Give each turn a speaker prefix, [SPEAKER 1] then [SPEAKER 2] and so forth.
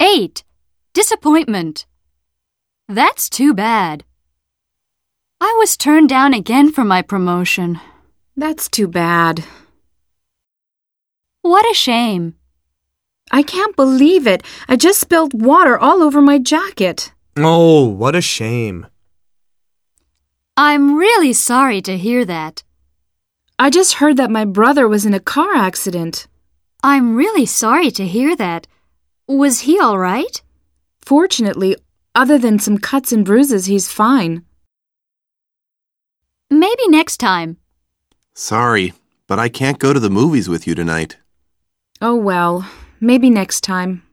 [SPEAKER 1] 8. Disappointment. That's too bad. I was turned down again for my promotion.
[SPEAKER 2] That's too bad.
[SPEAKER 1] What a shame.
[SPEAKER 2] I can't believe it. I just spilled water all over my jacket.
[SPEAKER 3] Oh, what a shame.
[SPEAKER 1] I'm really sorry to hear that.
[SPEAKER 2] I just heard that my brother was in a car accident.
[SPEAKER 1] I'm really sorry to hear that. Was he all right?
[SPEAKER 2] Fortunately, other than some cuts and bruises, he's fine.
[SPEAKER 1] Maybe next time.
[SPEAKER 4] Sorry, but I can't go to the movies with you tonight.
[SPEAKER 2] Oh well, maybe next time.